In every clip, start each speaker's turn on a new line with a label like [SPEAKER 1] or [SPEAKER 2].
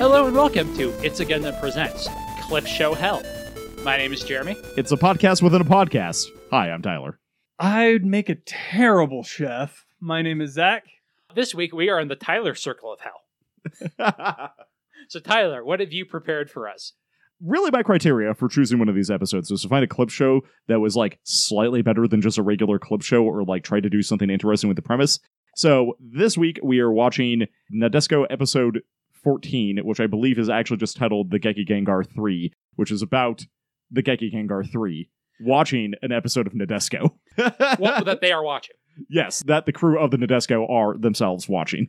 [SPEAKER 1] Hello and welcome to It's Again That Presents Clip Show Hell. My name is Jeremy.
[SPEAKER 2] It's a podcast within a podcast. Hi, I'm Tyler.
[SPEAKER 3] I'd make a terrible chef. My name is Zach.
[SPEAKER 1] This week we are in the Tyler Circle of Hell. So, Tyler, what have you prepared for us?
[SPEAKER 2] really, my criteria for choosing one of these episodes was to find a clip show that was like slightly better than just a regular clip show or like try to do something interesting with the premise. So this week we are watching Nadesco episode 14, which I believe is actually just titled The Geki Gengar 3, which is about the Geki Gengar 3 watching an episode of Nadesco.
[SPEAKER 1] What that they are watching.
[SPEAKER 2] yes, that the crew of the Nadesco are themselves watching.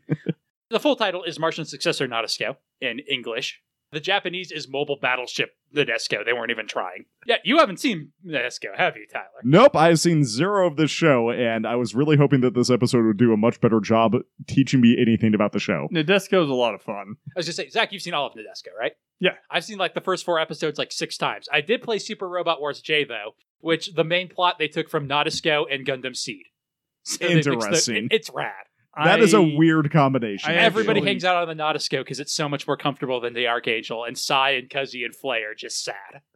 [SPEAKER 1] The full title is Martian Successor Nadesco in English. The Japanese is Mobile Battleship Nadesco. They weren't even trying. Yeah, you haven't seen Nadesco, have you, Tyler?
[SPEAKER 2] Nope, I have seen zero of this show, and I was really hoping that this episode would do a much better job teaching me anything about the show.
[SPEAKER 3] Nadesco's a lot of fun.
[SPEAKER 1] I was going to say, Zach, you've seen all of Nadesco, right?
[SPEAKER 3] Yeah.
[SPEAKER 1] I've seen like the first four episodes like six times. I did play Super Robot Wars J, though, which the main plot they took from Nadesco and Gundam Seed. So they mixed the-
[SPEAKER 2] Interesting.
[SPEAKER 1] it- it's rad.
[SPEAKER 2] That is a
[SPEAKER 3] I-
[SPEAKER 2] weird combination.
[SPEAKER 3] I
[SPEAKER 1] Everybody
[SPEAKER 3] actually-
[SPEAKER 1] hangs out on the Nautisco because it's so much more comfortable than the Archangel, and Psy and Cuzzy and Flay are just sad.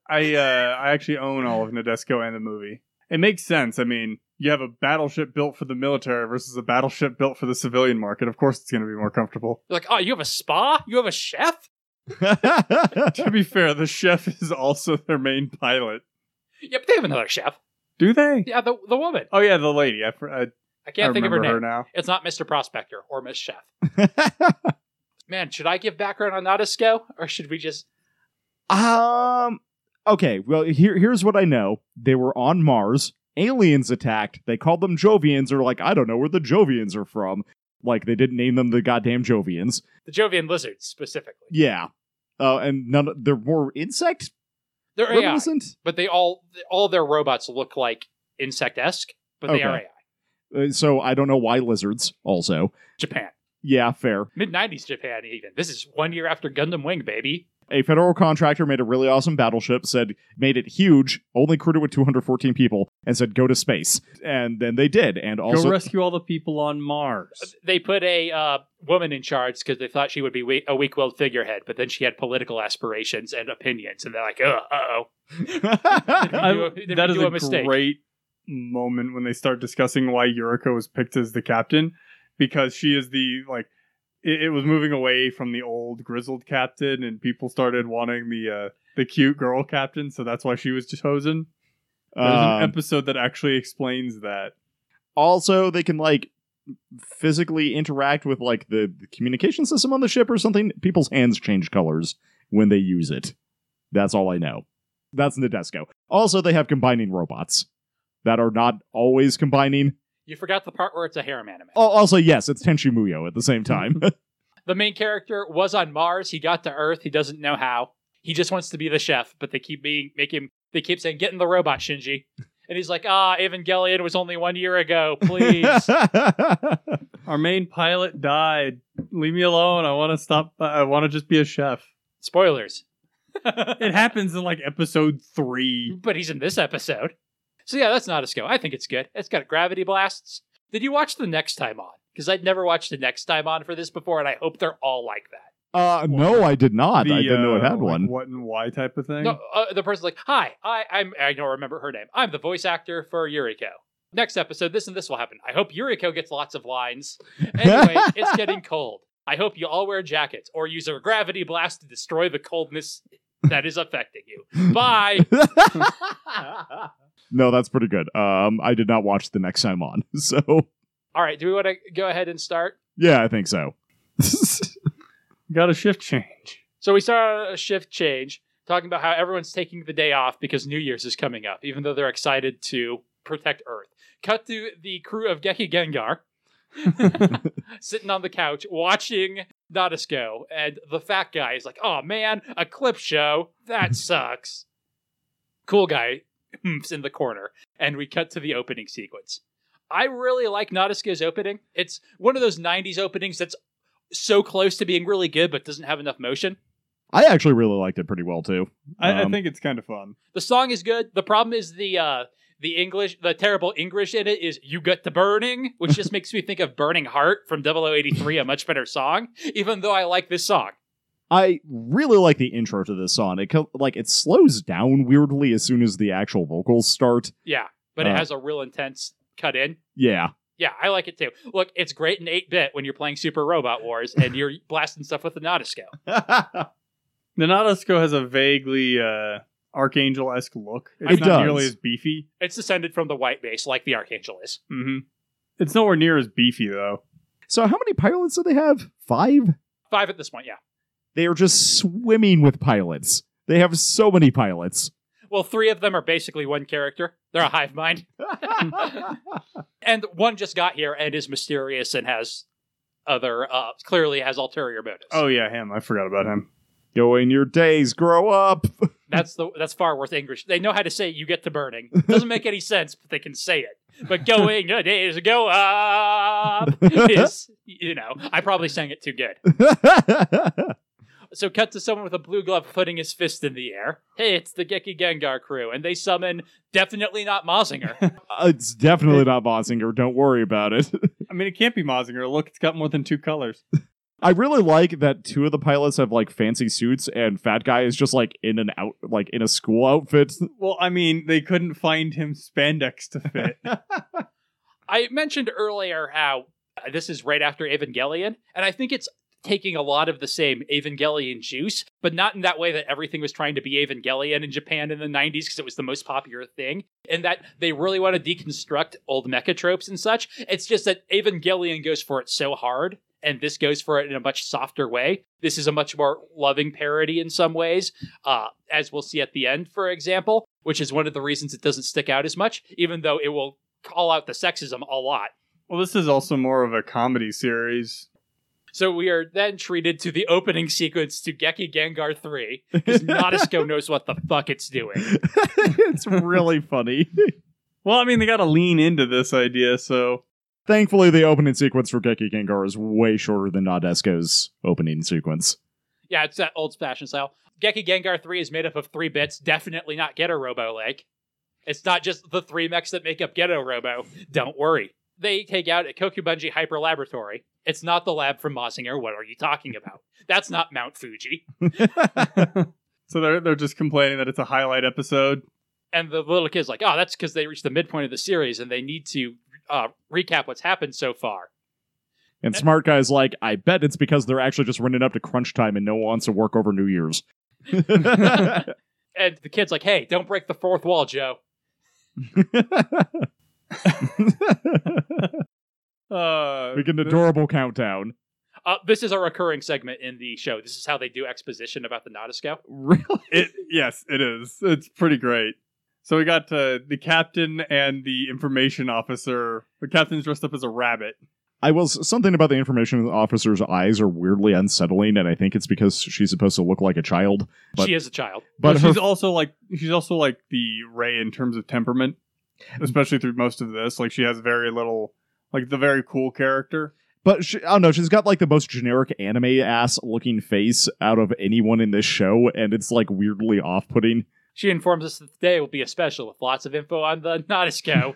[SPEAKER 3] I uh, I actually own all of Nadesco and the movie. It makes sense. I mean, you have a battleship built for the military versus a battleship built for the civilian market. Of course, it's going to be more comfortable.
[SPEAKER 1] They're like, oh, you have a spa? You have a chef?
[SPEAKER 3] to be fair, the chef is also their main pilot.
[SPEAKER 1] Yeah, but they have another chef.
[SPEAKER 3] Do they?
[SPEAKER 1] Yeah, the, the woman.
[SPEAKER 3] Oh yeah, the lady. I, fr- I,
[SPEAKER 1] I
[SPEAKER 3] I
[SPEAKER 1] can't think of her
[SPEAKER 3] remember
[SPEAKER 1] name.
[SPEAKER 3] her now.
[SPEAKER 1] It's not Mr. Prospector or Miss Chef. Man, should I give background on Nautisco, or should we just?
[SPEAKER 2] um. Okay. Well, here here's what I know. They were on Mars. Aliens attacked. They called them Jovians. Or like, I don't know where the Jovians are from. Like they didn't name them the goddamn Jovians.
[SPEAKER 1] The Jovian lizards specifically.
[SPEAKER 2] Yeah. Uh, and none. They're more insect
[SPEAKER 1] They're AI,
[SPEAKER 2] reminiscent.
[SPEAKER 1] but they all all their robots look like insect esque, but they
[SPEAKER 2] Okay.
[SPEAKER 1] are AI.
[SPEAKER 2] Uh, so I don't know why lizards. Also,
[SPEAKER 1] Japan,
[SPEAKER 2] yeah, fair.
[SPEAKER 1] mid '90s Japan. Even this is one year after Gundam Wing, baby.
[SPEAKER 2] A federal contractor made a really awesome battleship, said made it huge, only crewed it with 214 people, and said go to space. And then they did, and also
[SPEAKER 3] Go rescue all the people on Mars.
[SPEAKER 1] they put a uh, woman in charge because they thought she would be we- a weak-willed figurehead, but then she had political aspirations and opinions, and they're like, "Uh oh,
[SPEAKER 3] I-
[SPEAKER 1] do a- did we
[SPEAKER 3] that is
[SPEAKER 1] do
[SPEAKER 3] a,
[SPEAKER 1] a mistake?
[SPEAKER 3] great moment when they start discussing why Yuriko was picked as the captain because she is the like it, it was moving away from the old grizzled captain and people started wanting the uh the cute girl captain so that's why she was chosen there's
[SPEAKER 2] Um,
[SPEAKER 3] an episode that actually explains that
[SPEAKER 2] also they can like physically interact with like the, the communication system on the ship or something. People's hands change colors when they use it. That's all I know. That's Nadesco. Also, they have combining robots that are not always combining.
[SPEAKER 1] you forgot the part where it's a harem anime."
[SPEAKER 2] Al- Also, yes, it's Tenshi Muyo at the same time.
[SPEAKER 1] The main character was on Mars. He got to Earth. He doesn't know how. He just wants to be the chef, but they keep being make him. They keep saying, "Get in the robot, Shinji," and he's like, "Ah, Evangelion was only one year ago. Please."
[SPEAKER 3] our main pilot died leave me alone i want to stop i want to just be a chef
[SPEAKER 1] Spoilers,
[SPEAKER 3] it happens in like episode 3
[SPEAKER 1] but he's in this episode. So yeah, that's not a skill. I think it's good. It's got gravity blasts. Did you watch the next time on? Because I'd never watched the next time on for this before, and I hope they're all like that.
[SPEAKER 2] Uh, no, I did not. I
[SPEAKER 3] The,
[SPEAKER 2] didn't know it
[SPEAKER 3] uh,
[SPEAKER 2] had
[SPEAKER 3] like,
[SPEAKER 2] one.
[SPEAKER 3] what and why type of thing
[SPEAKER 1] No, uh, the person's like, "Hi, I, I'm I don't remember her name. I'm the voice actor for Yuriko." Next episode, this and this will happen. I hope Yuriko gets lots of lines. Anyway, it's getting cold. I hope you all wear jackets or use a gravity blast to destroy the coldness that is affecting you. Bye.
[SPEAKER 2] no, that's pretty good. Um, I did not watch the next time on, so
[SPEAKER 1] All right, do we want to go ahead and start?
[SPEAKER 2] yeah, I think so.
[SPEAKER 3] got a shift change
[SPEAKER 1] So we saw a shift change, talking about how everyone's taking the day off because New Year's is coming up, even though they're excited to protect Earth. Cut to the crew of Geki Gengar sitting on the couch watching Nadisco, and the fat guy is like, oh man, a clip show. That sucks. cool guy hmps in the corner, and we cut to the opening sequence. I really like Nadisco's opening. It's one of those 90s openings that's so close to being really good but doesn't have enough motion.
[SPEAKER 2] I actually really liked it pretty well too.
[SPEAKER 3] I,
[SPEAKER 2] Um,
[SPEAKER 3] I think it's kind of fun.
[SPEAKER 1] The song is good. The problem is the uh the English, the terrible English in it is "You Got the Burning," which just makes me think of "Burning Heart" from 0083, a much better song. Even though I like this song,
[SPEAKER 2] I really like the intro to this song. It co- like it slows down weirdly as soon as the actual vocals start.
[SPEAKER 1] Yeah, but it
[SPEAKER 2] Uh.
[SPEAKER 1] has a real intense cut in.
[SPEAKER 2] Yeah,
[SPEAKER 1] Yeah, I like it too. Look, it's great in 8 bit when you're playing Super Robot Wars and you're blasting stuff with the Nautisco.
[SPEAKER 2] it
[SPEAKER 3] The Nautisco has a vaguely uh, archangel esque look. It's
[SPEAKER 2] It
[SPEAKER 3] not
[SPEAKER 2] does.
[SPEAKER 3] nearly as beefy.
[SPEAKER 1] It's descended from the white base, like the Archangel is.
[SPEAKER 3] hmm It's nowhere near as beefy though.
[SPEAKER 2] So how many pilots do they have? Five.
[SPEAKER 1] Five at this point, yeah.
[SPEAKER 2] They are just swimming with pilots. They have so many pilots.
[SPEAKER 1] Well, three of them are basically one character. They're a hive mind. And one just got here and is mysterious and has other, uh, clearly has ulterior motives.
[SPEAKER 3] Oh yeah, him. I forgot about him.
[SPEAKER 2] Go in your days, grow up.
[SPEAKER 1] That's the that's far worth English. They know how to say you get to burning. It doesn't make any sense, but they can say it. But going your days go up is you know, I probably sang it too good. So cut to someone with a blue glove putting his fist in the air. Hey, it's the Geki Gengar crew, and they summon definitely not Mazinger.
[SPEAKER 2] Uh, it's definitely not Bonsinger. Don't worry about it.
[SPEAKER 3] I mean, it can't be Mazinger. Look, it's got more than two colors.
[SPEAKER 2] I really like that two of the pilots have like fancy suits, and Fat Guy is just like in an out, like in a school outfit.
[SPEAKER 3] Well, I mean, they couldn't find him spandex to fit.
[SPEAKER 1] I mentioned earlier how uh, this is right after Evangelion, and I think it's taking a lot of the same Evangelion juice, but not in that way that everything was trying to be Evangelion in Japan in the 90s because it was the most popular thing, and that they really want to deconstruct old mecha tropes and such. It's just that Evangelion goes for it so hard. And this goes for it in a much softer way. This is a much more loving parody in some ways, uh, as we'll see at the end, for example, which is one of the reasons it doesn't stick out as much, even though it will call out the sexism a lot.
[SPEAKER 3] well, this is also more of a comedy series.
[SPEAKER 1] So we are then treated to the opening sequence to Geki Gengar 3, because Nautisco knows what the fuck it's doing.
[SPEAKER 2] it's really funny.
[SPEAKER 3] Well, I mean, they got to lean into this idea, so
[SPEAKER 2] Thankfully, the opening sequence for Geki Gengar is way shorter than Nadesco's opening sequence.
[SPEAKER 1] Yeah, it's that old fashioned style. Geki Gengar 3 is made up of three bits, definitely not Ghetto Robo like. It's not just the three mechs that make up Ghetto Robo. Don't worry. They take out a Kokubunji Hyper Laboratory. It's not the lab from Mazinger. What are you talking about? That's not Mount Fuji.
[SPEAKER 3] so they're they're just complaining that it's a highlight episode.
[SPEAKER 1] and the little kid's like, "Oh, that's because they reached the midpoint of the series and they need to uh, recap what's happened so far."
[SPEAKER 2] And Smart Guy's like, I bet it's because they're actually just running up to crunch time and no one wants to work over New Year's.
[SPEAKER 1] And the kid's like, "Hey, don't break the fourth wall, Joe."
[SPEAKER 3] Uh,
[SPEAKER 2] Make an
[SPEAKER 3] th-
[SPEAKER 2] adorable countdown.
[SPEAKER 1] Uh, this is a recurring segment in the show. This is how they do exposition about the Nautisco.
[SPEAKER 2] Really?
[SPEAKER 3] It yes, it is. It's pretty great. So we got uh, the captain and the information officer. The captain's dressed up as a rabbit.
[SPEAKER 2] I was something about the information officer's eyes are weirdly unsettling, and I think it's because she's supposed to look like a child. But-
[SPEAKER 1] she is a child.
[SPEAKER 2] But
[SPEAKER 3] But
[SPEAKER 2] her
[SPEAKER 3] she's also like she's also like the Ray in terms of temperament, especially through most of this. Like she has very little, like the very cool character.
[SPEAKER 2] But she, I don't know. She's got like the most generic anime ass looking face out of anyone in this show, and it's like weirdly off putting.
[SPEAKER 1] She informs us that today will be a special with lots of info on the Nautisco,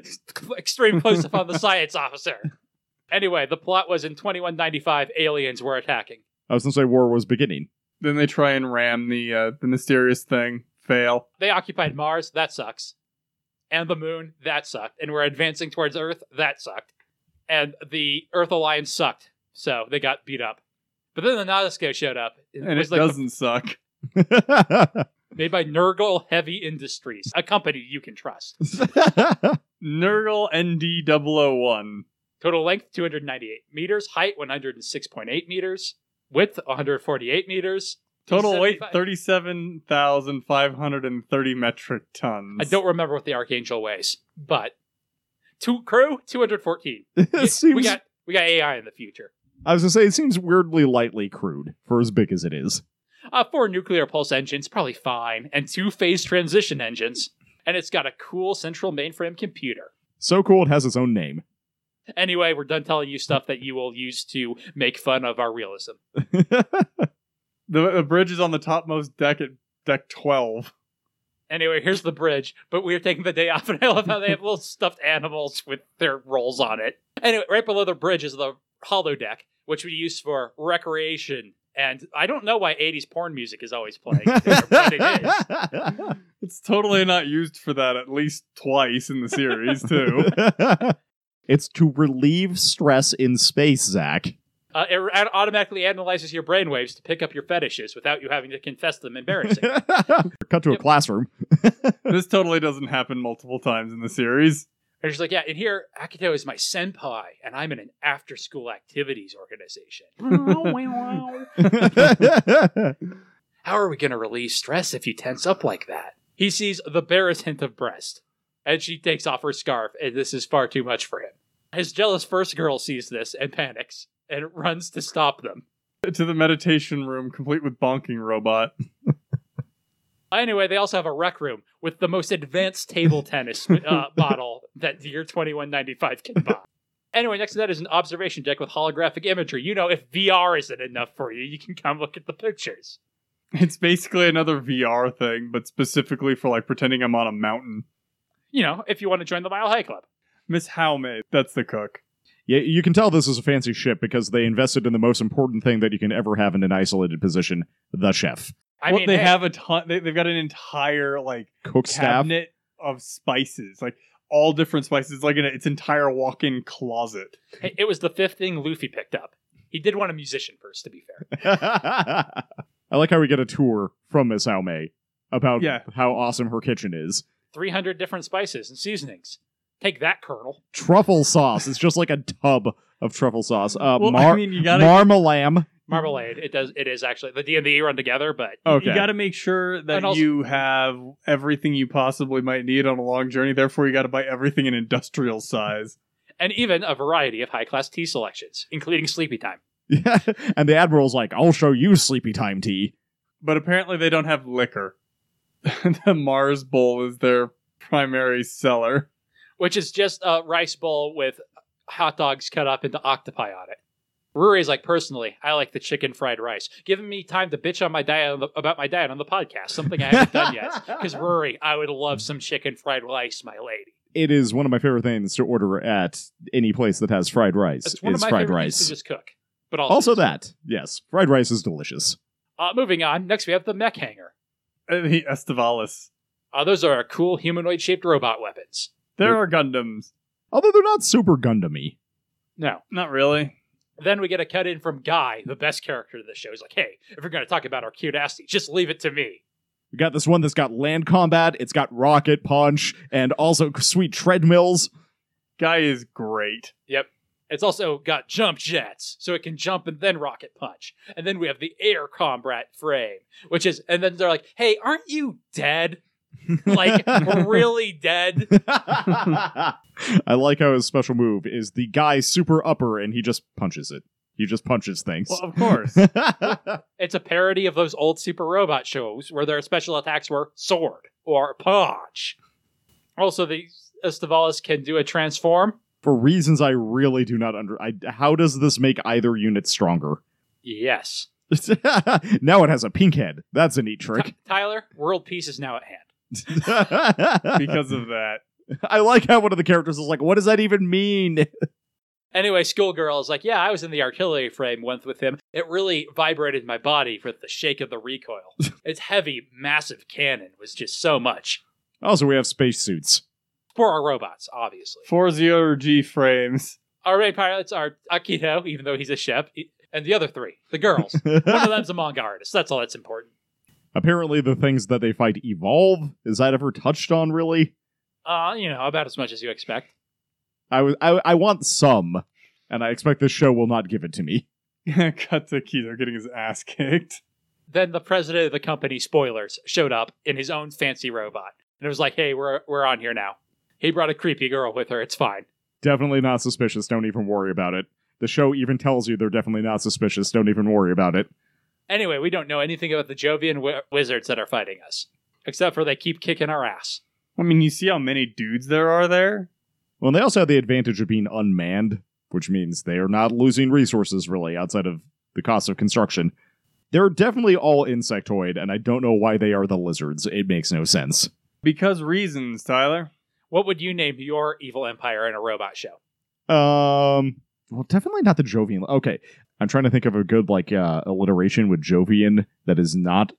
[SPEAKER 1] extreme close up on the science officer. Anyway, the plot was in 2195, aliens were attacking.
[SPEAKER 2] I was gonna say war was beginning.
[SPEAKER 3] Then they try and ram the uh, the mysterious thing. Fail.
[SPEAKER 1] they occupied Mars. That sucks. And the moon. That sucked. And we're advancing towards Earth. That sucked. And the Earth Alliance sucked. So they got beat up. But then the Nautisco showed up.
[SPEAKER 3] And it
[SPEAKER 1] was like the-
[SPEAKER 3] doesn't suck.
[SPEAKER 1] made by Nurgle Heavy Industries, a company you can trust.
[SPEAKER 3] Nurgle ND001.
[SPEAKER 1] Total length 298 meters, height 106.8 meters, width 148 meters.
[SPEAKER 3] Total weight
[SPEAKER 1] 75.
[SPEAKER 3] 37,530 metric tons.
[SPEAKER 1] I don't remember what the Archangel weighs, but two crew 214.
[SPEAKER 2] it
[SPEAKER 1] we
[SPEAKER 2] seems.
[SPEAKER 1] got we got AI in the future.
[SPEAKER 2] I was gonna say it seems weirdly lightly crude for as big as it is.
[SPEAKER 1] uh, four nuclear pulse engines, probably fine, and two phase transition engines. And it's got a cool central mainframe computer.
[SPEAKER 2] So cool it has its own name.
[SPEAKER 1] Anyway, we're done telling you stuff that you will use to make fun of our realism.
[SPEAKER 3] The, the bridge is on the topmost deck at deck 12.
[SPEAKER 1] Anyway, here's the bridge, but we are taking the day off, and I love how they have little stuffed animals with their rolls on it. Anyway, right below the bridge is the hollow deck, which we use for recreation And I don't know why 80s porn music is always playing, but it is.
[SPEAKER 3] It's totally not used for that at least twice in the series, too.
[SPEAKER 2] it's to relieve stress in space, Zach.
[SPEAKER 1] Uh, it ra- automatically analyzes your brainwaves to pick up your fetishes without you having to confess them embarrassing.
[SPEAKER 2] Cut to a
[SPEAKER 1] Yep.
[SPEAKER 2] classroom.
[SPEAKER 3] this totally doesn't happen multiple times in the series.
[SPEAKER 1] And she's like, yeah, and here, Akito is my senpai, and I'm in an after school activities organization. How are we going to relieve stress if you tense up like that? He sees the barest hint of breast, and she takes off her scarf, and this is far too much for him. His jealous first girl sees this and panics and runs to stop them.
[SPEAKER 3] To the meditation room, complete with bonking robot.
[SPEAKER 1] Anyway, they also have a rec room with the most advanced table tennis uh, model that the year 2195 can buy. Anyway, next to that is an observation deck with holographic imagery. You know, if VR isn't enough for you, you can come look at the pictures.
[SPEAKER 3] It's basically another VR thing, but specifically for like pretending I'm on a mountain.
[SPEAKER 1] You know, if you want to join the Mile High Club.
[SPEAKER 3] Miss Howme, that's the cook.
[SPEAKER 2] Yeah, you can tell this is a fancy ship because they invested in the most important thing that you can ever have in an isolated position: the chef,
[SPEAKER 1] I
[SPEAKER 3] Well,
[SPEAKER 1] mean,
[SPEAKER 3] they
[SPEAKER 1] hey,
[SPEAKER 3] have a ton. They, they've got an entire like
[SPEAKER 2] cook staff.
[SPEAKER 3] cabinet of spices, like all different spices, like in a, its entire walk-in closet.
[SPEAKER 1] hey, it was the fifth thing Luffy picked up. He did want a musician first, to be fair.
[SPEAKER 2] I like how we get a tour from Miss Aume about
[SPEAKER 3] Yeah.
[SPEAKER 2] how awesome her kitchen is.
[SPEAKER 1] 300 different spices and seasonings. Take that, Colonel.
[SPEAKER 2] Truffle sauce. It's just like a tub of truffle sauce. Uh,
[SPEAKER 3] well,
[SPEAKER 2] mar-
[SPEAKER 3] I mean, you gotta
[SPEAKER 2] marmalam.
[SPEAKER 1] Marmalade. It does. It is actually the D and the E run together, but
[SPEAKER 2] Okay.
[SPEAKER 3] you gotta make sure that
[SPEAKER 1] And also-
[SPEAKER 3] you have everything you possibly might need on a long journey. Therefore, you gotta buy everything in industrial size.
[SPEAKER 1] and even a variety of high class tea selections, including Sleepy Time.
[SPEAKER 2] Yeah. And the admiral's like, I'll show you sleepy time tea.
[SPEAKER 3] But apparently, they don't have liquor. the Mars Bowl is their primary seller.
[SPEAKER 1] which is just a rice bowl with hot dogs cut up into octopi on it. Rory's like, personally, I like the chicken fried rice, giving me time to bitch on my diet on the, about my diet on the podcast, something I haven't done yet. Because Rory, I would love some chicken fried rice, my lady.
[SPEAKER 2] It is one of my favorite things to order at any place that has fried rice.
[SPEAKER 1] It's one
[SPEAKER 2] is
[SPEAKER 1] of my
[SPEAKER 2] fried
[SPEAKER 1] favorite
[SPEAKER 2] rice.
[SPEAKER 1] things to just cook. But also,
[SPEAKER 2] also that, yes, fried rice is delicious.
[SPEAKER 1] Uh, moving on. Next, we have the mech hanger.
[SPEAKER 3] Uh, The Estivalis.
[SPEAKER 1] Uh, those are cool humanoid shaped robot weapons.
[SPEAKER 3] There are Gundams.
[SPEAKER 2] Although they're not super Gundamy.
[SPEAKER 1] No.
[SPEAKER 3] Not really.
[SPEAKER 1] Then we get a cut in from Guy, the best character of the show. He's like, hey, if you're going to talk about our cute asty, just leave it to me.
[SPEAKER 2] We got this one that's got land combat. It's got rocket punch and also sweet treadmills.
[SPEAKER 3] Guy is great.
[SPEAKER 1] It's also got jump jets, so it can jump and then rocket punch. And then we have the air combat frame, which is, and then they're like, hey, aren't you dead? Like, really dead?
[SPEAKER 2] I like how his special move is the guy super upper and he just punches it. He just punches things.
[SPEAKER 3] Well, of course.
[SPEAKER 1] It's a parody of those old Super Robot shows where their special attacks were sword or punch. Also, the Estavalis can do a transform.
[SPEAKER 2] For reasons I really do not under I, how does this make either unit stronger?
[SPEAKER 1] Yes.
[SPEAKER 2] now it has a pink head. That's a neat trick.
[SPEAKER 1] Ty- Tyler, world peace is now at hand.
[SPEAKER 2] because
[SPEAKER 3] because of that.
[SPEAKER 2] I like how one of the characters is like, what does that even mean?
[SPEAKER 1] Anyway, schoolgirl is like, yeah, I was in the artillery frame once with him. It really vibrated my body with the shake of the recoil. its heavy, massive cannon was just so much.
[SPEAKER 2] Also, we have spacesuits.
[SPEAKER 1] For our robots, obviously.
[SPEAKER 3] 40G frames.
[SPEAKER 1] Our raid pilots are Akito, even though he's a chef, e- and the other three, the girls. One of them's a manga artist. That's all that's important.
[SPEAKER 2] Apparently, the things that they fight evolve. Is that ever touched on, really?
[SPEAKER 1] Uh, you know, about as much as you expect.
[SPEAKER 2] I was I, I want some, and I expect this show will not give it to me.
[SPEAKER 3] Cut to Keto getting his ass kicked.
[SPEAKER 1] Then the president of the company, spoilers, showed up in his own fancy robot. And it was like, hey, we're, we're on here now. He brought a creepy girl with her. It's fine.
[SPEAKER 2] Definitely not suspicious. Don't even worry about it. The show even tells you they're definitely not suspicious. Don't even worry about it.
[SPEAKER 1] Anyway, we don't know anything about the Jovian wi- wizards that are fighting us, except for they keep kicking our ass.
[SPEAKER 3] I mean, you see how many dudes there are there?
[SPEAKER 2] Well, and they also have the advantage of being unmanned, which means they are not losing resources really outside of the cost of construction. They're definitely all insectoid, and I don't know why they are the lizards. It makes no sense.
[SPEAKER 3] Because reasons, Tyler.
[SPEAKER 1] What would you name your evil empire in a robot show?
[SPEAKER 2] Um, well, definitely not the Jovian. Okay, I'm trying to think of a good like uh, alliteration with Jovian that is not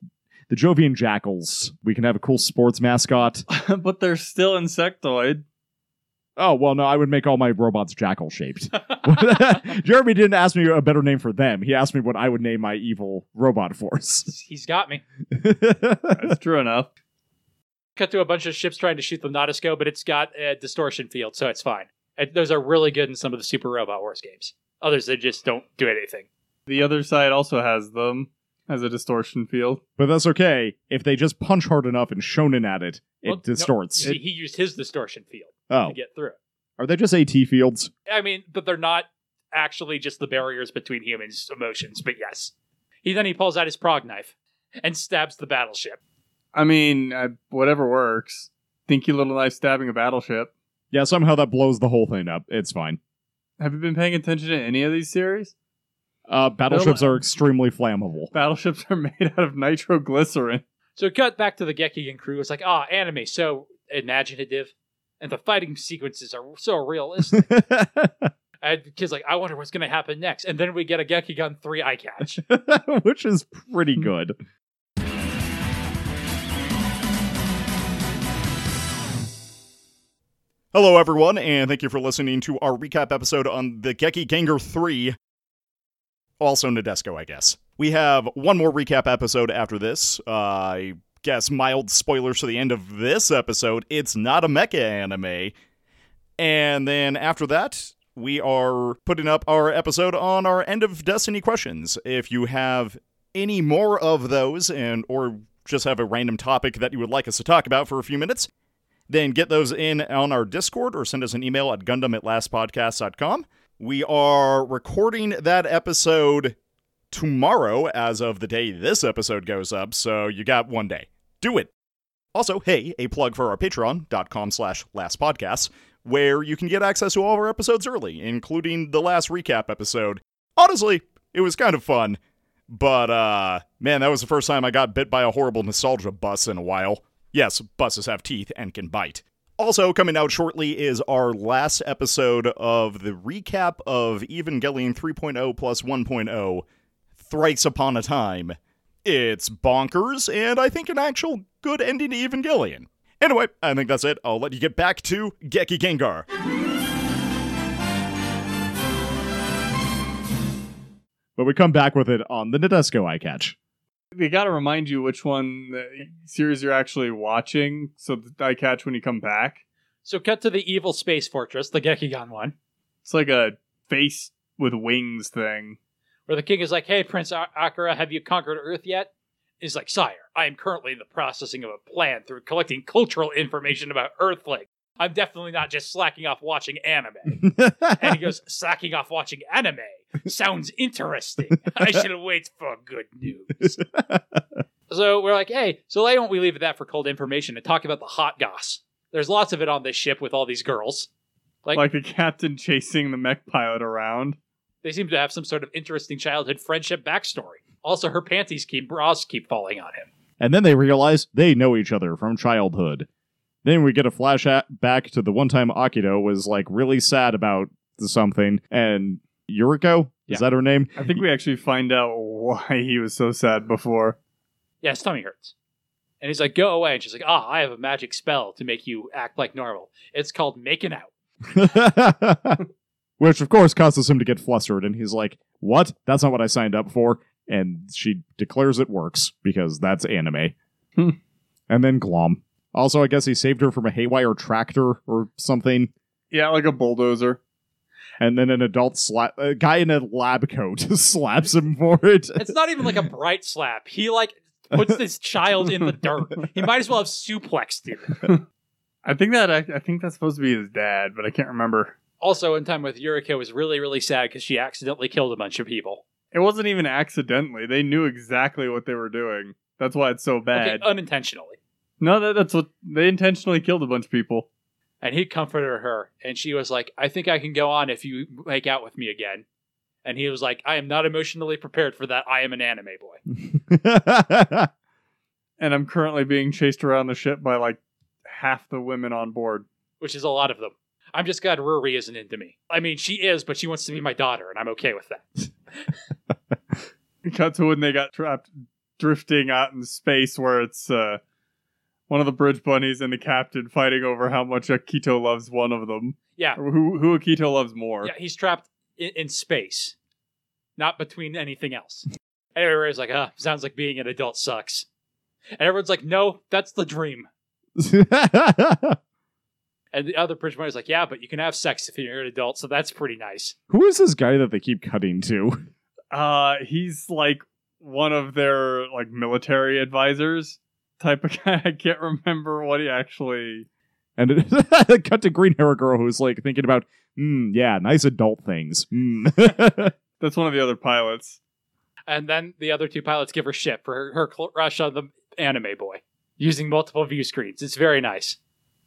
[SPEAKER 2] the Jovian Jackals. We can have a cool sports mascot.
[SPEAKER 3] but they're still insectoid.
[SPEAKER 2] Oh well, no, I would make all my robots jackal shaped. Jeremy didn't ask me a better name for them. He asked me what I would name my evil robot force.
[SPEAKER 1] He's got me.
[SPEAKER 3] That's true enough.
[SPEAKER 1] Cut to a bunch of ships trying to shoot the Nautisco, but it's got a distortion field, so it's fine. And those are really good in some of the Super Robot Wars games. Others, they just don't do anything.
[SPEAKER 3] The other side also has them as a distortion field.
[SPEAKER 2] but that's okay if they just punch hard enough and shonen at it, it
[SPEAKER 1] Well, no,
[SPEAKER 2] distorts.
[SPEAKER 1] you see, he used his distortion field
[SPEAKER 2] oh,
[SPEAKER 1] to get through.
[SPEAKER 2] are they just AT fields?
[SPEAKER 1] I mean, but they're not actually just the barriers between humans' emotions. But yes, he then he pulls out his prog knife and stabs the battleship.
[SPEAKER 3] I mean, I, whatever works. Dinky little knife stabbing a battleship.
[SPEAKER 2] Yeah, somehow that blows the whole thing up. It's fine.
[SPEAKER 3] Have you been paying attention to any of these series?
[SPEAKER 2] Uh, battleships are extremely flammable.
[SPEAKER 3] Battleships are made out of nitroglycerin.
[SPEAKER 1] So cut back to the Gekigan crew. It's like ah, anime, so imaginative, and the fighting sequences are so realistic. And the kid's like, I wonder what's going to happen next. And then we get a Gekigan three eye catch.
[SPEAKER 2] Which is pretty good. Hello, everyone, and thank you for listening to our recap episode on the Geki Ganger 3, also Nadesco, I guess. We have one more recap episode after this. Uh, I guess mild spoilers to the end of this episode. It's not a mecha anime. And then after that, we are putting up our episode on our end of Destiny questions. If you have any more of those and or just have a random topic that you would like us to talk about for a few minutes, then get those in on our Discord or send us an email at Gundam at lastpodcast.com. We are recording that episode tomorrow as of the day this episode goes up, so you got one day. Do it. Also, hey, a plug for our patreon.com slash lastpodcasts, where you can get access to all of our episodes early, including the last recap episode. Honestly, it was kind of fun, but uh man, that was the first time I got bit by a horrible nostalgia bus in a while. Yes, buses have teeth and can bite. Also, coming out shortly is our last episode of the recap of Evangelion 3.0 plus 1.0, Thrice Upon a Time. It's bonkers, and I think an actual good ending to Evangelion. Anyway, I think that's it. I'll let you get back to Geki Gengar. But we come back with it on the Nadesco eye catch.
[SPEAKER 3] They got to remind you which one uh, series you're actually watching so that I catch when you come back.
[SPEAKER 1] so cut to the evil space fortress, the Gekigan one,
[SPEAKER 3] It's like a face with wings thing.
[SPEAKER 1] where the king is like, "Hey, Prince A- Akira, have you conquered Earth yet?" He's like, "Sire, I am currently in the processing of a plan through collecting cultural information about Earthling. I'm definitely not just slacking off watching anime." and he goes, "Slacking off watching anime sounds interesting. I should wait for good news." so we're like, "Hey, so why don't we leave that for cold information and talk about the hot goss? There's lots of it on this ship with all these girls. Like-
[SPEAKER 3] Like, the captain chasing the mech pilot around.
[SPEAKER 1] They seem to have some sort of interesting childhood friendship backstory. Also, her panties keep bras keep falling on him."
[SPEAKER 2] And then they realize they know each other from childhood. Then we get a flash at- back to the one time Akido was like really sad about something, and Yuriko
[SPEAKER 1] Yeah.
[SPEAKER 2] is that her name?
[SPEAKER 3] I think we actually find out why he was so sad before.
[SPEAKER 1] yeah, his tummy hurts. And he's like, go away. And she's like, ah, I have a magic spell to make you act like normal. It's called making out.
[SPEAKER 2] Which of course causes him to get flustered, and he's like, "What? That's not what I signed up for." And she declares it works because that's anime.
[SPEAKER 3] Hmm.
[SPEAKER 2] And then Glom. Also, I guess he saved her from a haywire tractor or something.
[SPEAKER 3] Yeah, like a bulldozer.
[SPEAKER 2] and then an adult slap a guy in a lab coat slaps him for it.
[SPEAKER 1] It's not even like a bright slap. He like puts this child in the dirt. He might as well have suplexed him.
[SPEAKER 3] I think that I, I think that's supposed to be his dad, but I can't remember.
[SPEAKER 1] Also, in time with Yuriko was really, really sad because she accidentally killed a bunch of people.
[SPEAKER 3] It wasn't even accidentally. They knew exactly what they were doing. That's why it's so bad.
[SPEAKER 1] Okay, uh, unintentionally.
[SPEAKER 3] no, that, that's what they intentionally killed a bunch of people.
[SPEAKER 1] And he comforted her. And she was like, I think I can go on if you make out with me again. And he was like, I am not emotionally prepared for that. I am an anime boy.
[SPEAKER 3] And I'm currently being chased around the ship by like half the women on board.
[SPEAKER 1] which is a lot of them. I'm just glad Ruri isn't into me. I mean, she is, but she wants to be my daughter, and I'm okay with that.
[SPEAKER 3] Cut to when they got trapped drifting out in space where it's uh, one of the bridge bunnies and the captain fighting over how much Akito loves one of them.
[SPEAKER 1] Yeah.
[SPEAKER 3] Or Who, who Akito loves more.
[SPEAKER 1] Yeah, he's trapped in, in space, not between anything else. And everybody's like, ah, sounds like being an adult sucks. And everyone's like, no, that's the dream. And the other bridge bunny's like, yeah, but you can have sex if you're an adult, so that's pretty nice.
[SPEAKER 2] Who is this guy that they keep cutting to?
[SPEAKER 3] Uh, he's like one of their like military advisors type of guy. I can't remember what he actually.
[SPEAKER 2] And it, cut to green hair girl who's like thinking about, mm, yeah, nice adult things. Mm.
[SPEAKER 3] That's one of the other pilots.
[SPEAKER 1] And then the other two pilots give her shit for her, her cl- crush on the anime boy using multiple view screens. It's very nice.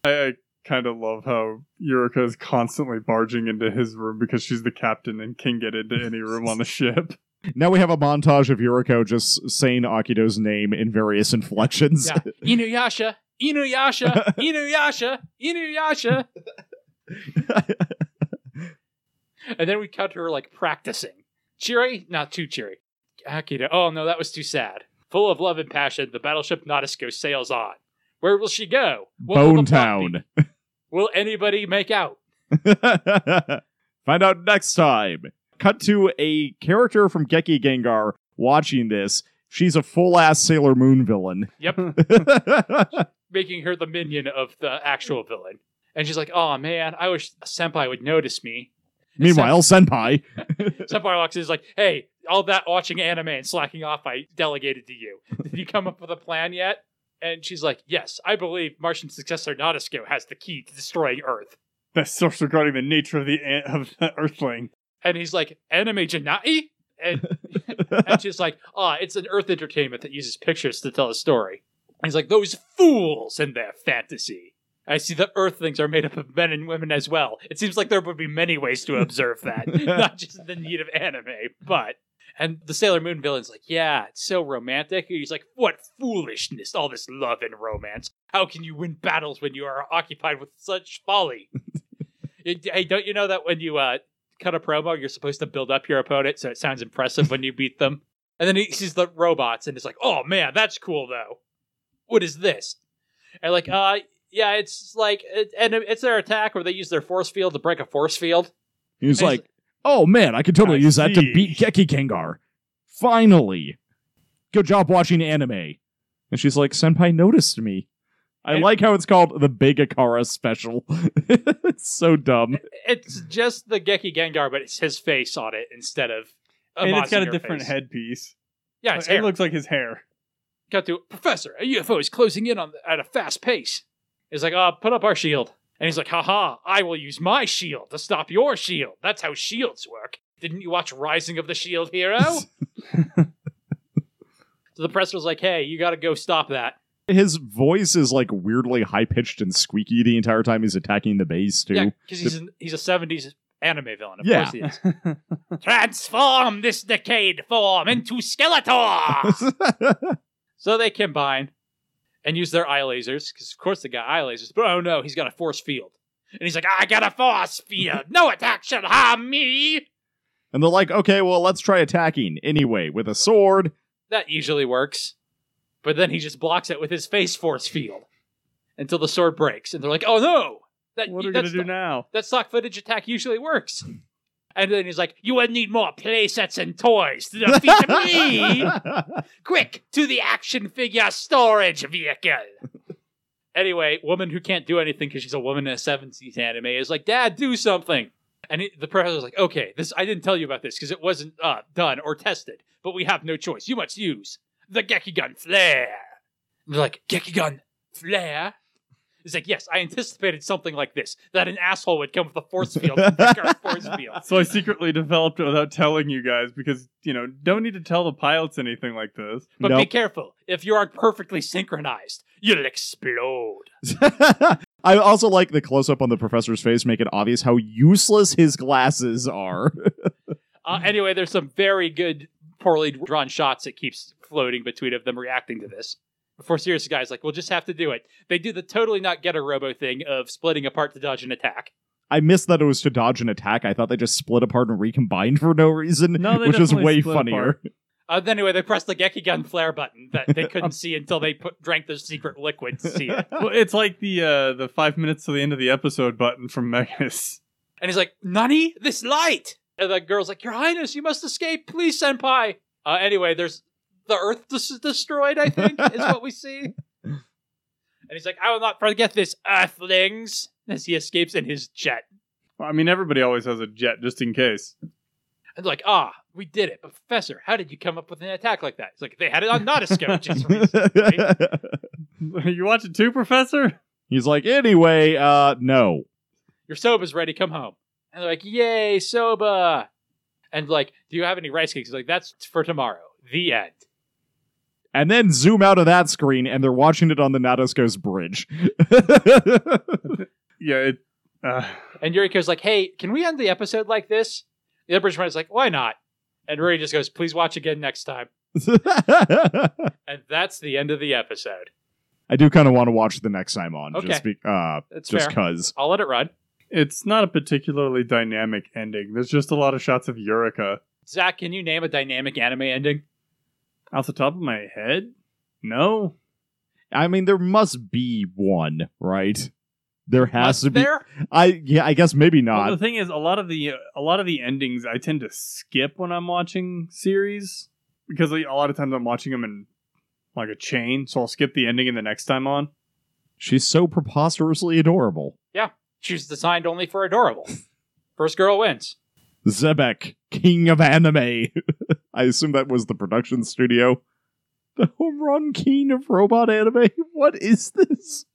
[SPEAKER 3] I, I kind of love how Yurika is constantly barging into his room because she's the captain and can get into any room on the ship.
[SPEAKER 2] now we have a montage of Yuriko just saying Akido's name in various inflections.
[SPEAKER 1] Yeah. Inuyasha, Inuyasha, Inuyasha, Inuyasha. and then we cut to her like practicing. Cheery, not too cheery. Akita, oh no, that was too sad. Full of love and passion, the battleship Nautisco sails on. Where will she go? What will
[SPEAKER 2] Bone
[SPEAKER 1] the plot be?
[SPEAKER 2] Town.
[SPEAKER 1] Will anybody make out?
[SPEAKER 2] Find out next time. Cut to a character from Geki Gengar watching this. She's a full ass Sailor Moon villain.
[SPEAKER 1] Yep, making her the minion of the actual villain. And she's like, oh man, I wish Senpai would notice me.
[SPEAKER 2] Meanwhile, Senpai.
[SPEAKER 1] Senpai walks in is like, hey, all that watching anime and slacking off I delegated to you. Did you come up with a plan yet? And she's like, yes, I believe Martian successor Nautisco has the key to destroying Earth.
[SPEAKER 3] That source regarding the nature of the an- of the Earthling.
[SPEAKER 1] And he's like, anime Janai? And, and she's like, ah, it's an Earth entertainment that uses pictures to tell a story. And he's like, those fools and their fantasy. I see the Earthlings are made up of men and women as well. It seems like there would be many ways to observe that, not just the need of anime, but. And the Sailor Moon villain's like, yeah, it's so romantic. And he's like, what foolishness, all this love and romance. How can you win battles when you are occupied with such folly? hey, don't you know that when you uh, cut a promo, you're supposed to build up your opponent so it sounds impressive when you beat them. And then he sees the robots and is like, "Oh man, that's cool though. What is this?" And like,
[SPEAKER 3] Mm.
[SPEAKER 1] uh, yeah, it's like, it, and it's their attack where they use their force field to break a force field.
[SPEAKER 2] He's
[SPEAKER 1] I
[SPEAKER 2] like, oh man, I could totally
[SPEAKER 3] I
[SPEAKER 2] use that to
[SPEAKER 3] see.
[SPEAKER 2] beat Geki Gengar. Finally. Good job watching anime. And she's like, Senpai noticed me. I
[SPEAKER 1] And-
[SPEAKER 2] like how it's called the Big Akara Special. it's so dumb.
[SPEAKER 1] It's just the Geki Gengar, but it's his face on it instead of. A
[SPEAKER 3] and it's got a
[SPEAKER 1] Mazinger
[SPEAKER 3] different
[SPEAKER 1] face.
[SPEAKER 3] headpiece.
[SPEAKER 1] Yeah, it's
[SPEAKER 3] it
[SPEAKER 1] hair.
[SPEAKER 3] looks like his hair.
[SPEAKER 1] cut to Professor. A UFO is closing in on at a fast pace. He's like, uh, put up our shield. And he's like, haha, I will use my shield to stop your shield. That's how shields work. Didn't you watch Rising of the Shield Hero? so the professor's like, hey, you gotta go stop that.
[SPEAKER 2] His voice is like weirdly high pitched and squeaky the entire time he's attacking the base too.
[SPEAKER 1] Yeah, because he's, an- he's a 70s anime villain. Of
[SPEAKER 2] Yeah.
[SPEAKER 1] course he is. Transform this decayed form into Skeletor! So they combine and use their eye lasers, because of course they got eye lasers, but oh no, he's got a force field. And he's like, I got a force field. No attack should harm me.
[SPEAKER 2] and they're like, okay, well, let's try attacking anyway with a sword.
[SPEAKER 1] That usually works. But then he just blocks it with his face force field until the sword breaks. And they're like, oh no. That,
[SPEAKER 3] What are we
[SPEAKER 1] that's
[SPEAKER 3] gonna do
[SPEAKER 1] the-
[SPEAKER 3] now?
[SPEAKER 1] That stock footage attack usually works. And then he's like, you would need more playsets and toys to defeat me. Quick to the action figure storage vehicle. anyway, woman who can't do anything because she's a woman in a 70s anime is like, Dad, do something. And it, the professor's like, Okay, this I didn't tell you about this because it wasn't uh, done or tested, but we have no choice. You must use the Gekigun flare. And they're like, Gekigun flare. He's like, yes, I anticipated something like this, that an asshole would come with a force field and pick our force field.
[SPEAKER 3] So I secretly developed it without telling you guys because, you know, don't need to tell the pilots anything like this.
[SPEAKER 1] But be
[SPEAKER 2] Nope.
[SPEAKER 1] careful. If you aren't perfectly synchronized, you'll explode.
[SPEAKER 2] I also like the close up on the professor's face, make it obvious how useless his glasses are.
[SPEAKER 1] Uh, anyway, there's some very good, poorly drawn shots that keeps floating between of them reacting to this. Before serious guys, like, we'll just have to do it. They do the totally not get a robo thing of splitting apart to dodge an attack.
[SPEAKER 2] I missed that it was to dodge an attack. I thought they just split apart and recombined for no reason,
[SPEAKER 4] No, they
[SPEAKER 2] which is
[SPEAKER 4] definitely
[SPEAKER 2] way
[SPEAKER 4] split
[SPEAKER 2] funnier.
[SPEAKER 4] apart.
[SPEAKER 1] Uh, then anyway, they pressed the Gekigun flare button that they couldn't see until they put, drank the secret liquid to see it.
[SPEAKER 3] well, it's like the uh, the five minutes to the end of the episode button from Megas.
[SPEAKER 1] And he's like, Nani, this light! And the girl's like, Your Highness, you must escape, please, Senpai! Uh, anyway, there's the Earth des- destroyed, I think, is what we see. And he's like, I will not forget this, Earthlings! As he escapes in his jet.
[SPEAKER 3] Well, I mean, everybody always has a jet just in case.
[SPEAKER 1] And they're like, ah, we did it. But Professor, how did you come up with an attack like that? It's like, they had it on Nautisco just recently.
[SPEAKER 3] you watch it too, Professor?
[SPEAKER 2] He's like, anyway, uh, no.
[SPEAKER 1] Your soba's ready, come home. And they're like, yay, soba! And like, do you have any rice cakes? He's like, that's for tomorrow. The end.
[SPEAKER 2] And then zoom out of that screen, and they're watching it on the Natasco's bridge.
[SPEAKER 3] Yeah. It, uh,
[SPEAKER 1] And Yuriko's like, hey, can we end the episode like this? The other British is like, why not? And Ruri just goes, please watch again next time. And that's the end of the episode.
[SPEAKER 2] I do kind of want to watch the next time on, just
[SPEAKER 1] Okay.
[SPEAKER 2] be- uh,
[SPEAKER 1] That's
[SPEAKER 2] just
[SPEAKER 1] fair.
[SPEAKER 2] cause.
[SPEAKER 1] I'll let it run.
[SPEAKER 3] it's not a particularly dynamic ending. There's just a lot of shots of Eureka.
[SPEAKER 1] Zach, can you name a dynamic anime ending?
[SPEAKER 3] Off the top of my head, no.
[SPEAKER 2] I mean, there must be one, right? There
[SPEAKER 1] Must
[SPEAKER 2] has to be.
[SPEAKER 1] There?
[SPEAKER 2] I yeah, I guess maybe not.
[SPEAKER 3] Well, the thing is, a lot of the a lot of the endings I tend to skip when I'm watching series because like, a lot of times I'm watching them in like a chain, so I'll skip the ending and the next time on.
[SPEAKER 2] She's so preposterously adorable.
[SPEAKER 1] She's designed only for adorable. First girl wins.
[SPEAKER 2] Zebek, king of anime. I assume that was the production studio. The home run king of robot anime. What is this?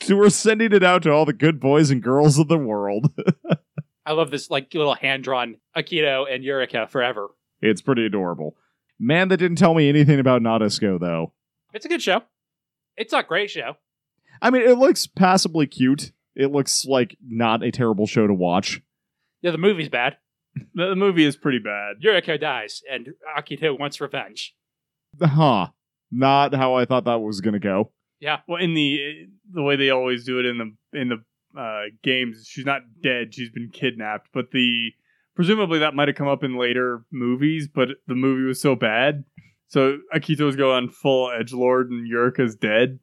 [SPEAKER 2] So we're sending it out to all the good boys and girls of the world.
[SPEAKER 1] I love this like little hand drawn Akito and Yurika forever.
[SPEAKER 2] it's pretty adorable. Man, that didn't tell me anything about Nautisko, though.
[SPEAKER 1] It's a good show. It's a great show.
[SPEAKER 2] I mean, it looks passably cute. It looks like not a terrible show to watch.
[SPEAKER 1] Yeah, the movie's bad.
[SPEAKER 3] The, the movie is pretty bad.
[SPEAKER 1] Yuriko dies, and Akito wants revenge.
[SPEAKER 2] Huh. Not how I thought that was going to go.
[SPEAKER 3] Well, in the the way they always do it in the in the uh, games, she's not dead; she's been kidnapped. But the presumably that might have come up in later movies, but the movie was so bad. So Akito's going full edge lord, and Yurika's dead.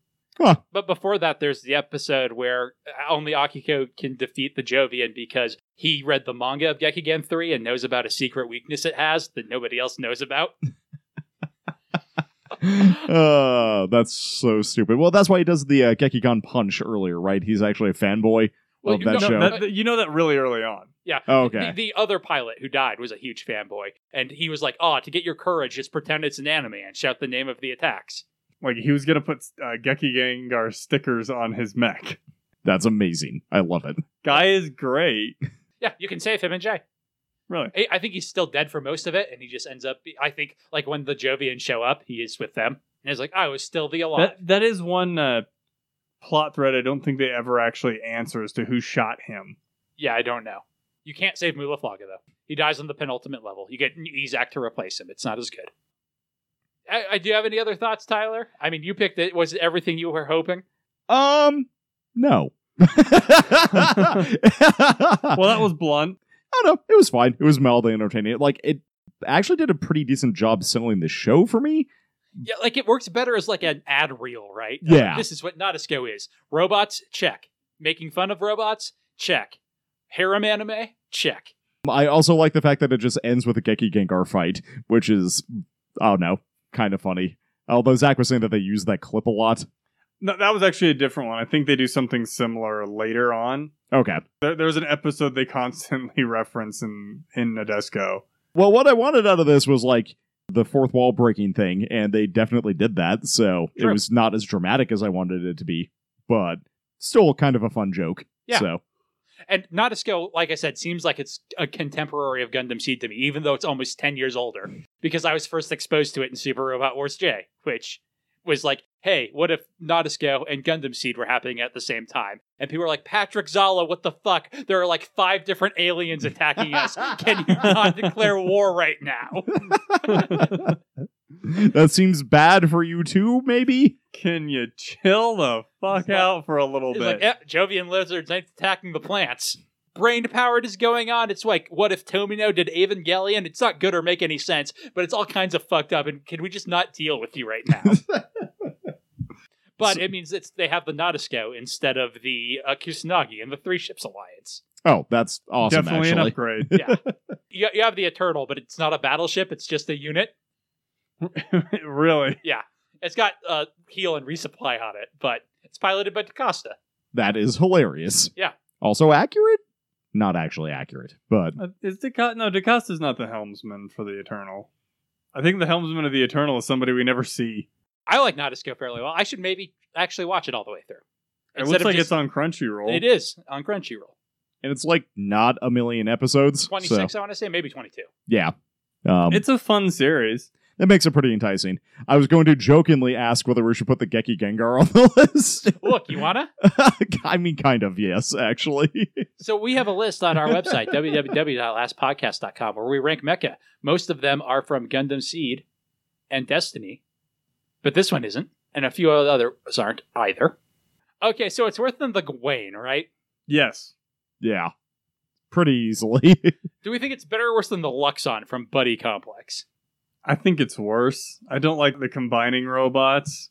[SPEAKER 1] But before that, there's the episode where uh, only Akiko can defeat the Jovian because he read the manga of Gekigen 3 and knows about a secret weakness it has that nobody else knows about.
[SPEAKER 2] uh, that's so stupid. Well, that's why he does the uh, Gekigon punch earlier, right? He's actually a fanboy.
[SPEAKER 1] Well,
[SPEAKER 2] Of
[SPEAKER 1] you
[SPEAKER 2] that
[SPEAKER 1] know-
[SPEAKER 2] show. Oh,
[SPEAKER 1] uh,
[SPEAKER 3] That, that- you know that really early on.
[SPEAKER 1] yeah.
[SPEAKER 2] Okay.
[SPEAKER 1] The, the other pilot who died was a huge fanboy, and he was like, "Ah, to get your courage, just pretend it's an anime and shout the name of the attacks."
[SPEAKER 3] Like he was gonna put uh, Geki Gengar stickers on his mech.
[SPEAKER 2] That's amazing. I love it.
[SPEAKER 3] Guy is great.
[SPEAKER 1] Yeah, you can save him and Jay.
[SPEAKER 3] Really?
[SPEAKER 1] I- I think he's still dead for most of it, and he just ends up. be- I think like when the Jovians show up, he is with them, and he's like, "I was still the alive."
[SPEAKER 3] That that is one uh, plot thread I don't think they ever actually answer as to who shot him.
[SPEAKER 1] Yeah, I don't know. You can't save Mulaflaga though. He dies on the penultimate level. You get Ezak to replace him. It's not as good. I, I do you have any other thoughts, Tyler? I mean, you picked it. Was it everything you were hoping?
[SPEAKER 2] Um, no.
[SPEAKER 3] Well,
[SPEAKER 2] well,
[SPEAKER 3] that was blunt.
[SPEAKER 2] I don't know. It was fine. It was mildly entertaining. It, Like it actually did a pretty decent job selling the show for me.
[SPEAKER 1] Yeah, like it works better as like an ad reel, right?
[SPEAKER 2] Yeah.
[SPEAKER 1] Like, this is what Nautico is. Robots, check. Making fun of robots, check. Harem anime, check.
[SPEAKER 2] I also like the fact that it just ends with a Geki Gengar fight, which is I don't know, kind of funny. Although Zach was saying that they use that clip a lot.
[SPEAKER 3] No, that was actually a different one. I think they do something similar later on.
[SPEAKER 2] Okay.
[SPEAKER 3] There, there's an episode they constantly reference in in Nadesco.
[SPEAKER 2] Well, what I wanted out of this was like the fourth wall breaking thing, and they definitely did that. So
[SPEAKER 1] Sure.
[SPEAKER 2] it was not as dramatic as I wanted it to be, but still kind of a fun joke.
[SPEAKER 1] Yeah.
[SPEAKER 2] So
[SPEAKER 1] And Nautico, like I said, seems like it's a contemporary of Gundam Seed to me, even though it's almost 10 years older, because I was first exposed to it in Super Robot Wars J, which was like, hey, what if Nautico and Gundam Seed were happening at the same time? And people were like, Patrick Zala, what the fuck? There are like five different aliens attacking us. Can you not declare war right now?
[SPEAKER 2] that seems bad for you too, maybe?
[SPEAKER 3] Can you chill the fuck
[SPEAKER 1] It's like-
[SPEAKER 3] out for a little
[SPEAKER 1] It's "Eh, like,
[SPEAKER 3] bit?
[SPEAKER 1] yeah, Jovian lizards ain't attacking the plants. brain powered is going on. It's like, what if Tomino did Evangelion? It's not good or make any sense, but it's all kinds of fucked up. And can we just not deal with you right now? but it means it's they have the Nadisco instead of the uh, Kusanagi and the Three Ships Alliance.
[SPEAKER 2] Oh, that's awesome.
[SPEAKER 3] Definitely an
[SPEAKER 2] actually,
[SPEAKER 3] upgrade.
[SPEAKER 1] Yeah, you, you have the Eternal, but it's not a battleship. It's just a unit.
[SPEAKER 3] really.
[SPEAKER 1] It's got uh, heal and resupply on it, but it's piloted by DaCosta.
[SPEAKER 2] that is hilarious.
[SPEAKER 1] Yeah.
[SPEAKER 2] Also accurate? Not actually accurate, but
[SPEAKER 3] Uh, is Deca- no, DaCosta's not the helmsman for the Eternal. I think the helmsman of the Eternal is somebody we never see.
[SPEAKER 1] I like Nadisco fairly well. I should maybe actually watch it all the way through.
[SPEAKER 3] It
[SPEAKER 1] Instead
[SPEAKER 3] looks
[SPEAKER 1] of
[SPEAKER 3] like
[SPEAKER 1] just-
[SPEAKER 3] it's on Crunchyroll.
[SPEAKER 1] It is on Crunchyroll.
[SPEAKER 2] and it's like not a million episodes.
[SPEAKER 1] Twenty six,
[SPEAKER 2] So,
[SPEAKER 1] I want to say maybe twenty two.
[SPEAKER 2] yeah. Um,
[SPEAKER 3] It's a fun series.
[SPEAKER 2] that makes it pretty enticing. I was going to jokingly ask whether we should put the Geki Gengar on the list.
[SPEAKER 1] Look, you wanna?
[SPEAKER 2] I mean, kind of, yes, actually.
[SPEAKER 1] So we have a list on our website www.lastpodcast.com where we rank mecha. Most of them are from Gundam Seed and Destiny, but this one isn't, and a few others aren't either. Okay, so it's worth than the Gawain, right?
[SPEAKER 3] Yes.
[SPEAKER 2] yeah. Pretty easily.
[SPEAKER 1] Do we think it's better or worse than the Luxon from Buddy Complex?
[SPEAKER 3] I think it's worse. I don't like the combining robots.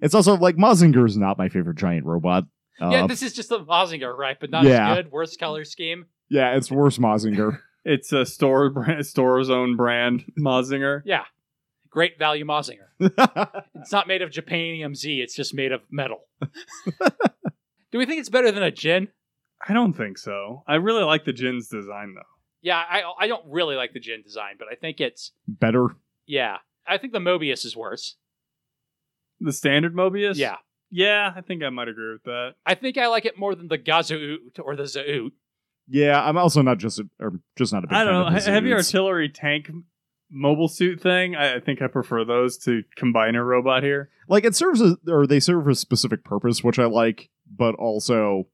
[SPEAKER 2] it's also like Mazinger is not my favorite giant robot. Uh,
[SPEAKER 1] yeah, this is just the Mazinger, right? But not
[SPEAKER 2] yeah.
[SPEAKER 1] as good. Worse color scheme.
[SPEAKER 2] yeah, it's worse Mazinger.
[SPEAKER 3] It's a store brand, store's own brand, Mazinger.
[SPEAKER 1] Yeah, great value Mazinger. It's not made of Japanium Z. It's just made of metal. Do we think it's better than a gin?
[SPEAKER 3] I don't think so. I really like the Jin's design though.
[SPEAKER 1] Yeah, I I don't really like the gin design, but I think it's
[SPEAKER 2] Better.
[SPEAKER 1] yeah. I think the Mobius is worse.
[SPEAKER 3] The standard Mobius.
[SPEAKER 1] Yeah,
[SPEAKER 3] Yeah, I think I might agree with that.
[SPEAKER 1] I think I like it more than the Gazoot or the Zoot.
[SPEAKER 2] Yeah, I'm also not just a, or just not a big
[SPEAKER 3] I don't
[SPEAKER 2] fan
[SPEAKER 3] know.
[SPEAKER 2] of the
[SPEAKER 3] he- Heavy
[SPEAKER 2] Zoots.
[SPEAKER 3] artillery tank mobile suit thing. I, I think I prefer those to combiner robot here.
[SPEAKER 2] like it serves a, or they serve a specific purpose which i like but also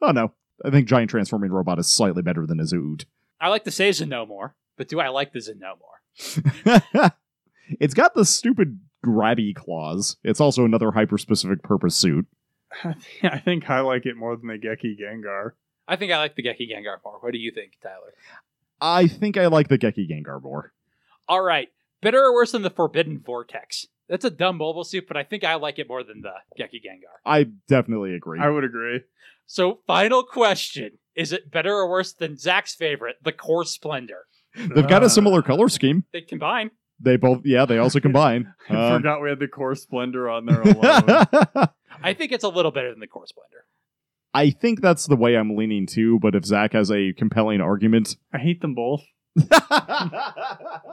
[SPEAKER 2] oh no i think giant transforming robot is slightly better than a zoot
[SPEAKER 1] I like the Seiza no more, but do I like the Zenomore?
[SPEAKER 2] it's got the stupid grabby claws it's also another hyper specific purpose suit
[SPEAKER 3] I think I like it more than the Geki Gengar.
[SPEAKER 1] I think I like the Geki Gengar more. What do you think, Tyler?
[SPEAKER 2] i think i like the geki gengar more
[SPEAKER 1] All right, better or worse than the Forbidden Vortex? That's a dumb mobile suit, but I think I like it more than the Geki Gengar.
[SPEAKER 2] i definitely agree
[SPEAKER 3] I would agree.
[SPEAKER 1] So, final question: Is it better or worse than Zach's favorite, the Core Splendor?
[SPEAKER 2] they've got
[SPEAKER 3] Uh,
[SPEAKER 2] a similar color scheme
[SPEAKER 1] They combine.
[SPEAKER 2] they both yeah they also combine
[SPEAKER 3] I
[SPEAKER 2] Um,
[SPEAKER 3] forgot we had the Core Splendor on there alone.
[SPEAKER 1] I think it's a little better than the Core Splendor.
[SPEAKER 2] i think that's the way i'm leaning to but if zach has a compelling argument
[SPEAKER 3] I hate them both. I-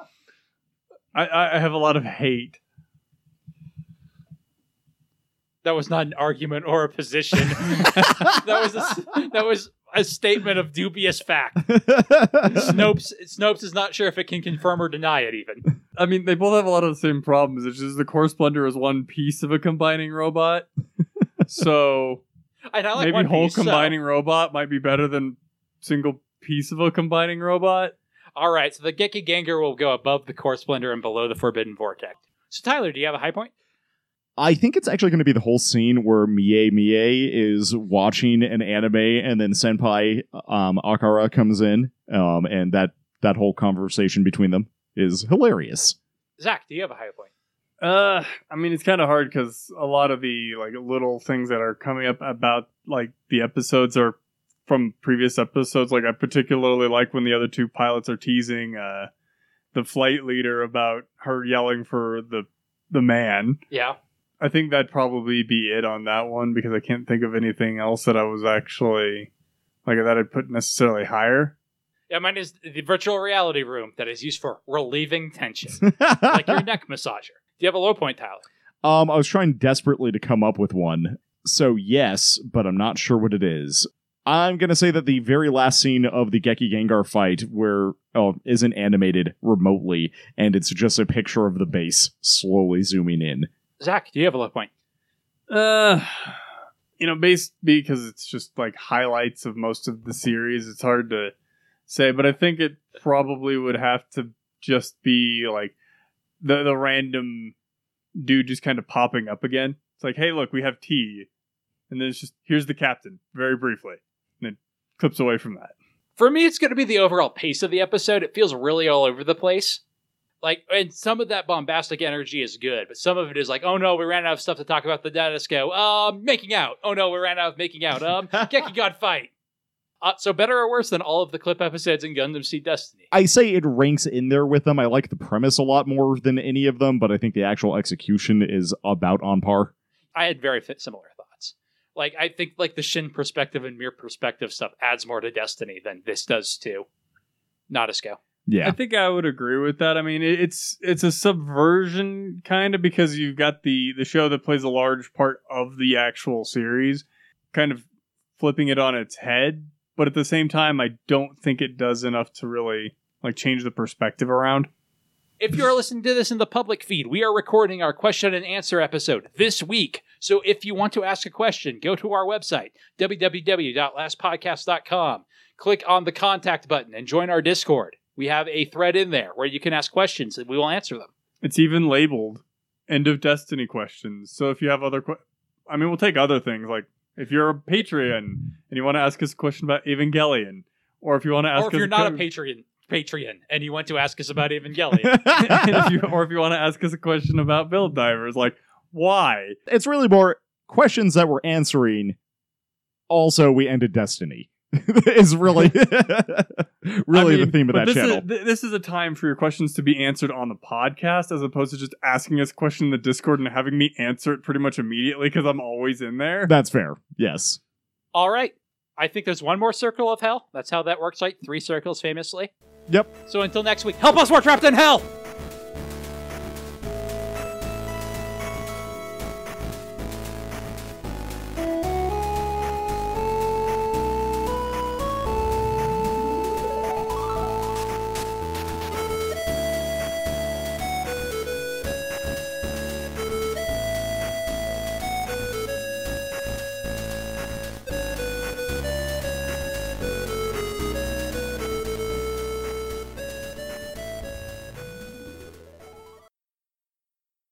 [SPEAKER 3] I, I have a lot of hate.
[SPEAKER 1] That was not an argument or a position. that was a, s- that was a statement of dubious fact. Snopes Snopes is not sure if it can confirm or deny it. Even
[SPEAKER 3] I mean, they both have a lot of the same problems. It's just the Core Splendor is one piece of a combining robot. so
[SPEAKER 1] and I like
[SPEAKER 3] maybe
[SPEAKER 1] one
[SPEAKER 3] whole
[SPEAKER 1] piece, so-
[SPEAKER 3] combining robot might be better than single piece of a combining robot.
[SPEAKER 1] All right, so the Geki Gengar will go above the Core Splendor and below the Forbidden Vortex. So Tyler, do you have a high point?
[SPEAKER 2] I think it's actually going to be the whole scene where Mie Mie is watching an anime, and then Senpai um, Akara comes in, um, and that that whole conversation between them is hilarious.
[SPEAKER 1] Zach, do you have a high point?
[SPEAKER 3] Uh, I mean, it's kind of hard because a lot of the like little things that are coming up about like the episodes are from previous episodes. Like, I particularly like when the other two pilots are teasing uh, the flight leader about her yelling for the the man.
[SPEAKER 1] Yeah.
[SPEAKER 3] I think that'd probably be it on that one because I can't think of anything else that I was actually like that I'd put necessarily higher.
[SPEAKER 1] Yeah, mine is the virtual reality room that is used for relieving tension, like your
[SPEAKER 2] um,
[SPEAKER 1] neck massager. Do you have a low point, Tyler?
[SPEAKER 2] I was trying desperately to come up with one, so yes, but I'm not sure what it is. I'm gonna say that the very last scene of the Geki Gengar fight, where oh, isn't animated remotely, and it's just a picture of the base slowly zooming in.
[SPEAKER 1] Zach, do you have a low point?
[SPEAKER 3] Uh, you know, based because it's just like highlights of most of the series. It's hard to say, but I think it probably would have to just be like the the random dude just kind of popping up again. It's like, hey, look, we have tea, and then it's just here's the captain, very briefly, and then clips away from that.
[SPEAKER 1] For me, it's going to be the overall pace of the episode. It feels really all over the place. Like, and some of that bombastic energy is good, but some of it is like, oh no, we ran out of stuff to talk about. The Dadis go, um, making out. Oh no, we ran out of making out. Um, Geki God fight. Uh, so better or worse than all of the clip episodes in Gundam Seed Destiny.
[SPEAKER 2] I say it ranks in there with them. I like the premise a lot more than any of them, but I think the actual execution is about on par.
[SPEAKER 1] I had very fit similar thoughts. Like I think like the Shin perspective and Mir perspective stuff adds more to Destiny than this does to Nautico.
[SPEAKER 2] Yeah.
[SPEAKER 3] I think I would agree with that. I mean, it- it's it's a subversion kind of because you've got the the show that plays a large part of the actual series, kind of flipping it on its head. But at the same time, I don't think it does enough to really like change the perspective around.
[SPEAKER 1] If you're listening to this in the public feed, we are recording our question and answer episode this week. So if you want to ask a question, go to our website, www.lastpodcast.com, click on the contact button and join our Discord. We have a thread in there where you can ask questions and we will answer them.
[SPEAKER 3] It's even labeled "End of Destiny" questions. So if you have other, que- I mean, we'll take other things like if you're a Patreon and you want to ask us a question about Evangelion, or if you want to ask,
[SPEAKER 1] or if
[SPEAKER 3] us
[SPEAKER 1] you're not a
[SPEAKER 3] co-
[SPEAKER 1] Patreon Patreon and you want to ask us about Evangelion,
[SPEAKER 3] and if you, or if you want to ask us a question about build divers, like why?
[SPEAKER 2] it's really more questions that we're answering. Also, we ended Destiny. is really, really
[SPEAKER 3] I mean,
[SPEAKER 2] the theme of that
[SPEAKER 3] but this
[SPEAKER 2] channel.
[SPEAKER 3] Is, th- this is a time for your questions to be answered on the podcast, as opposed to just asking us a question in the Discord and having me answer it pretty much immediately because I'm always in there.
[SPEAKER 2] That's fair. Yes.
[SPEAKER 1] All right. I think there's one more circle of hell. That's how that works, right? Three circles famously.
[SPEAKER 2] Yep.
[SPEAKER 1] So until next week, help us, we're trapped in hell!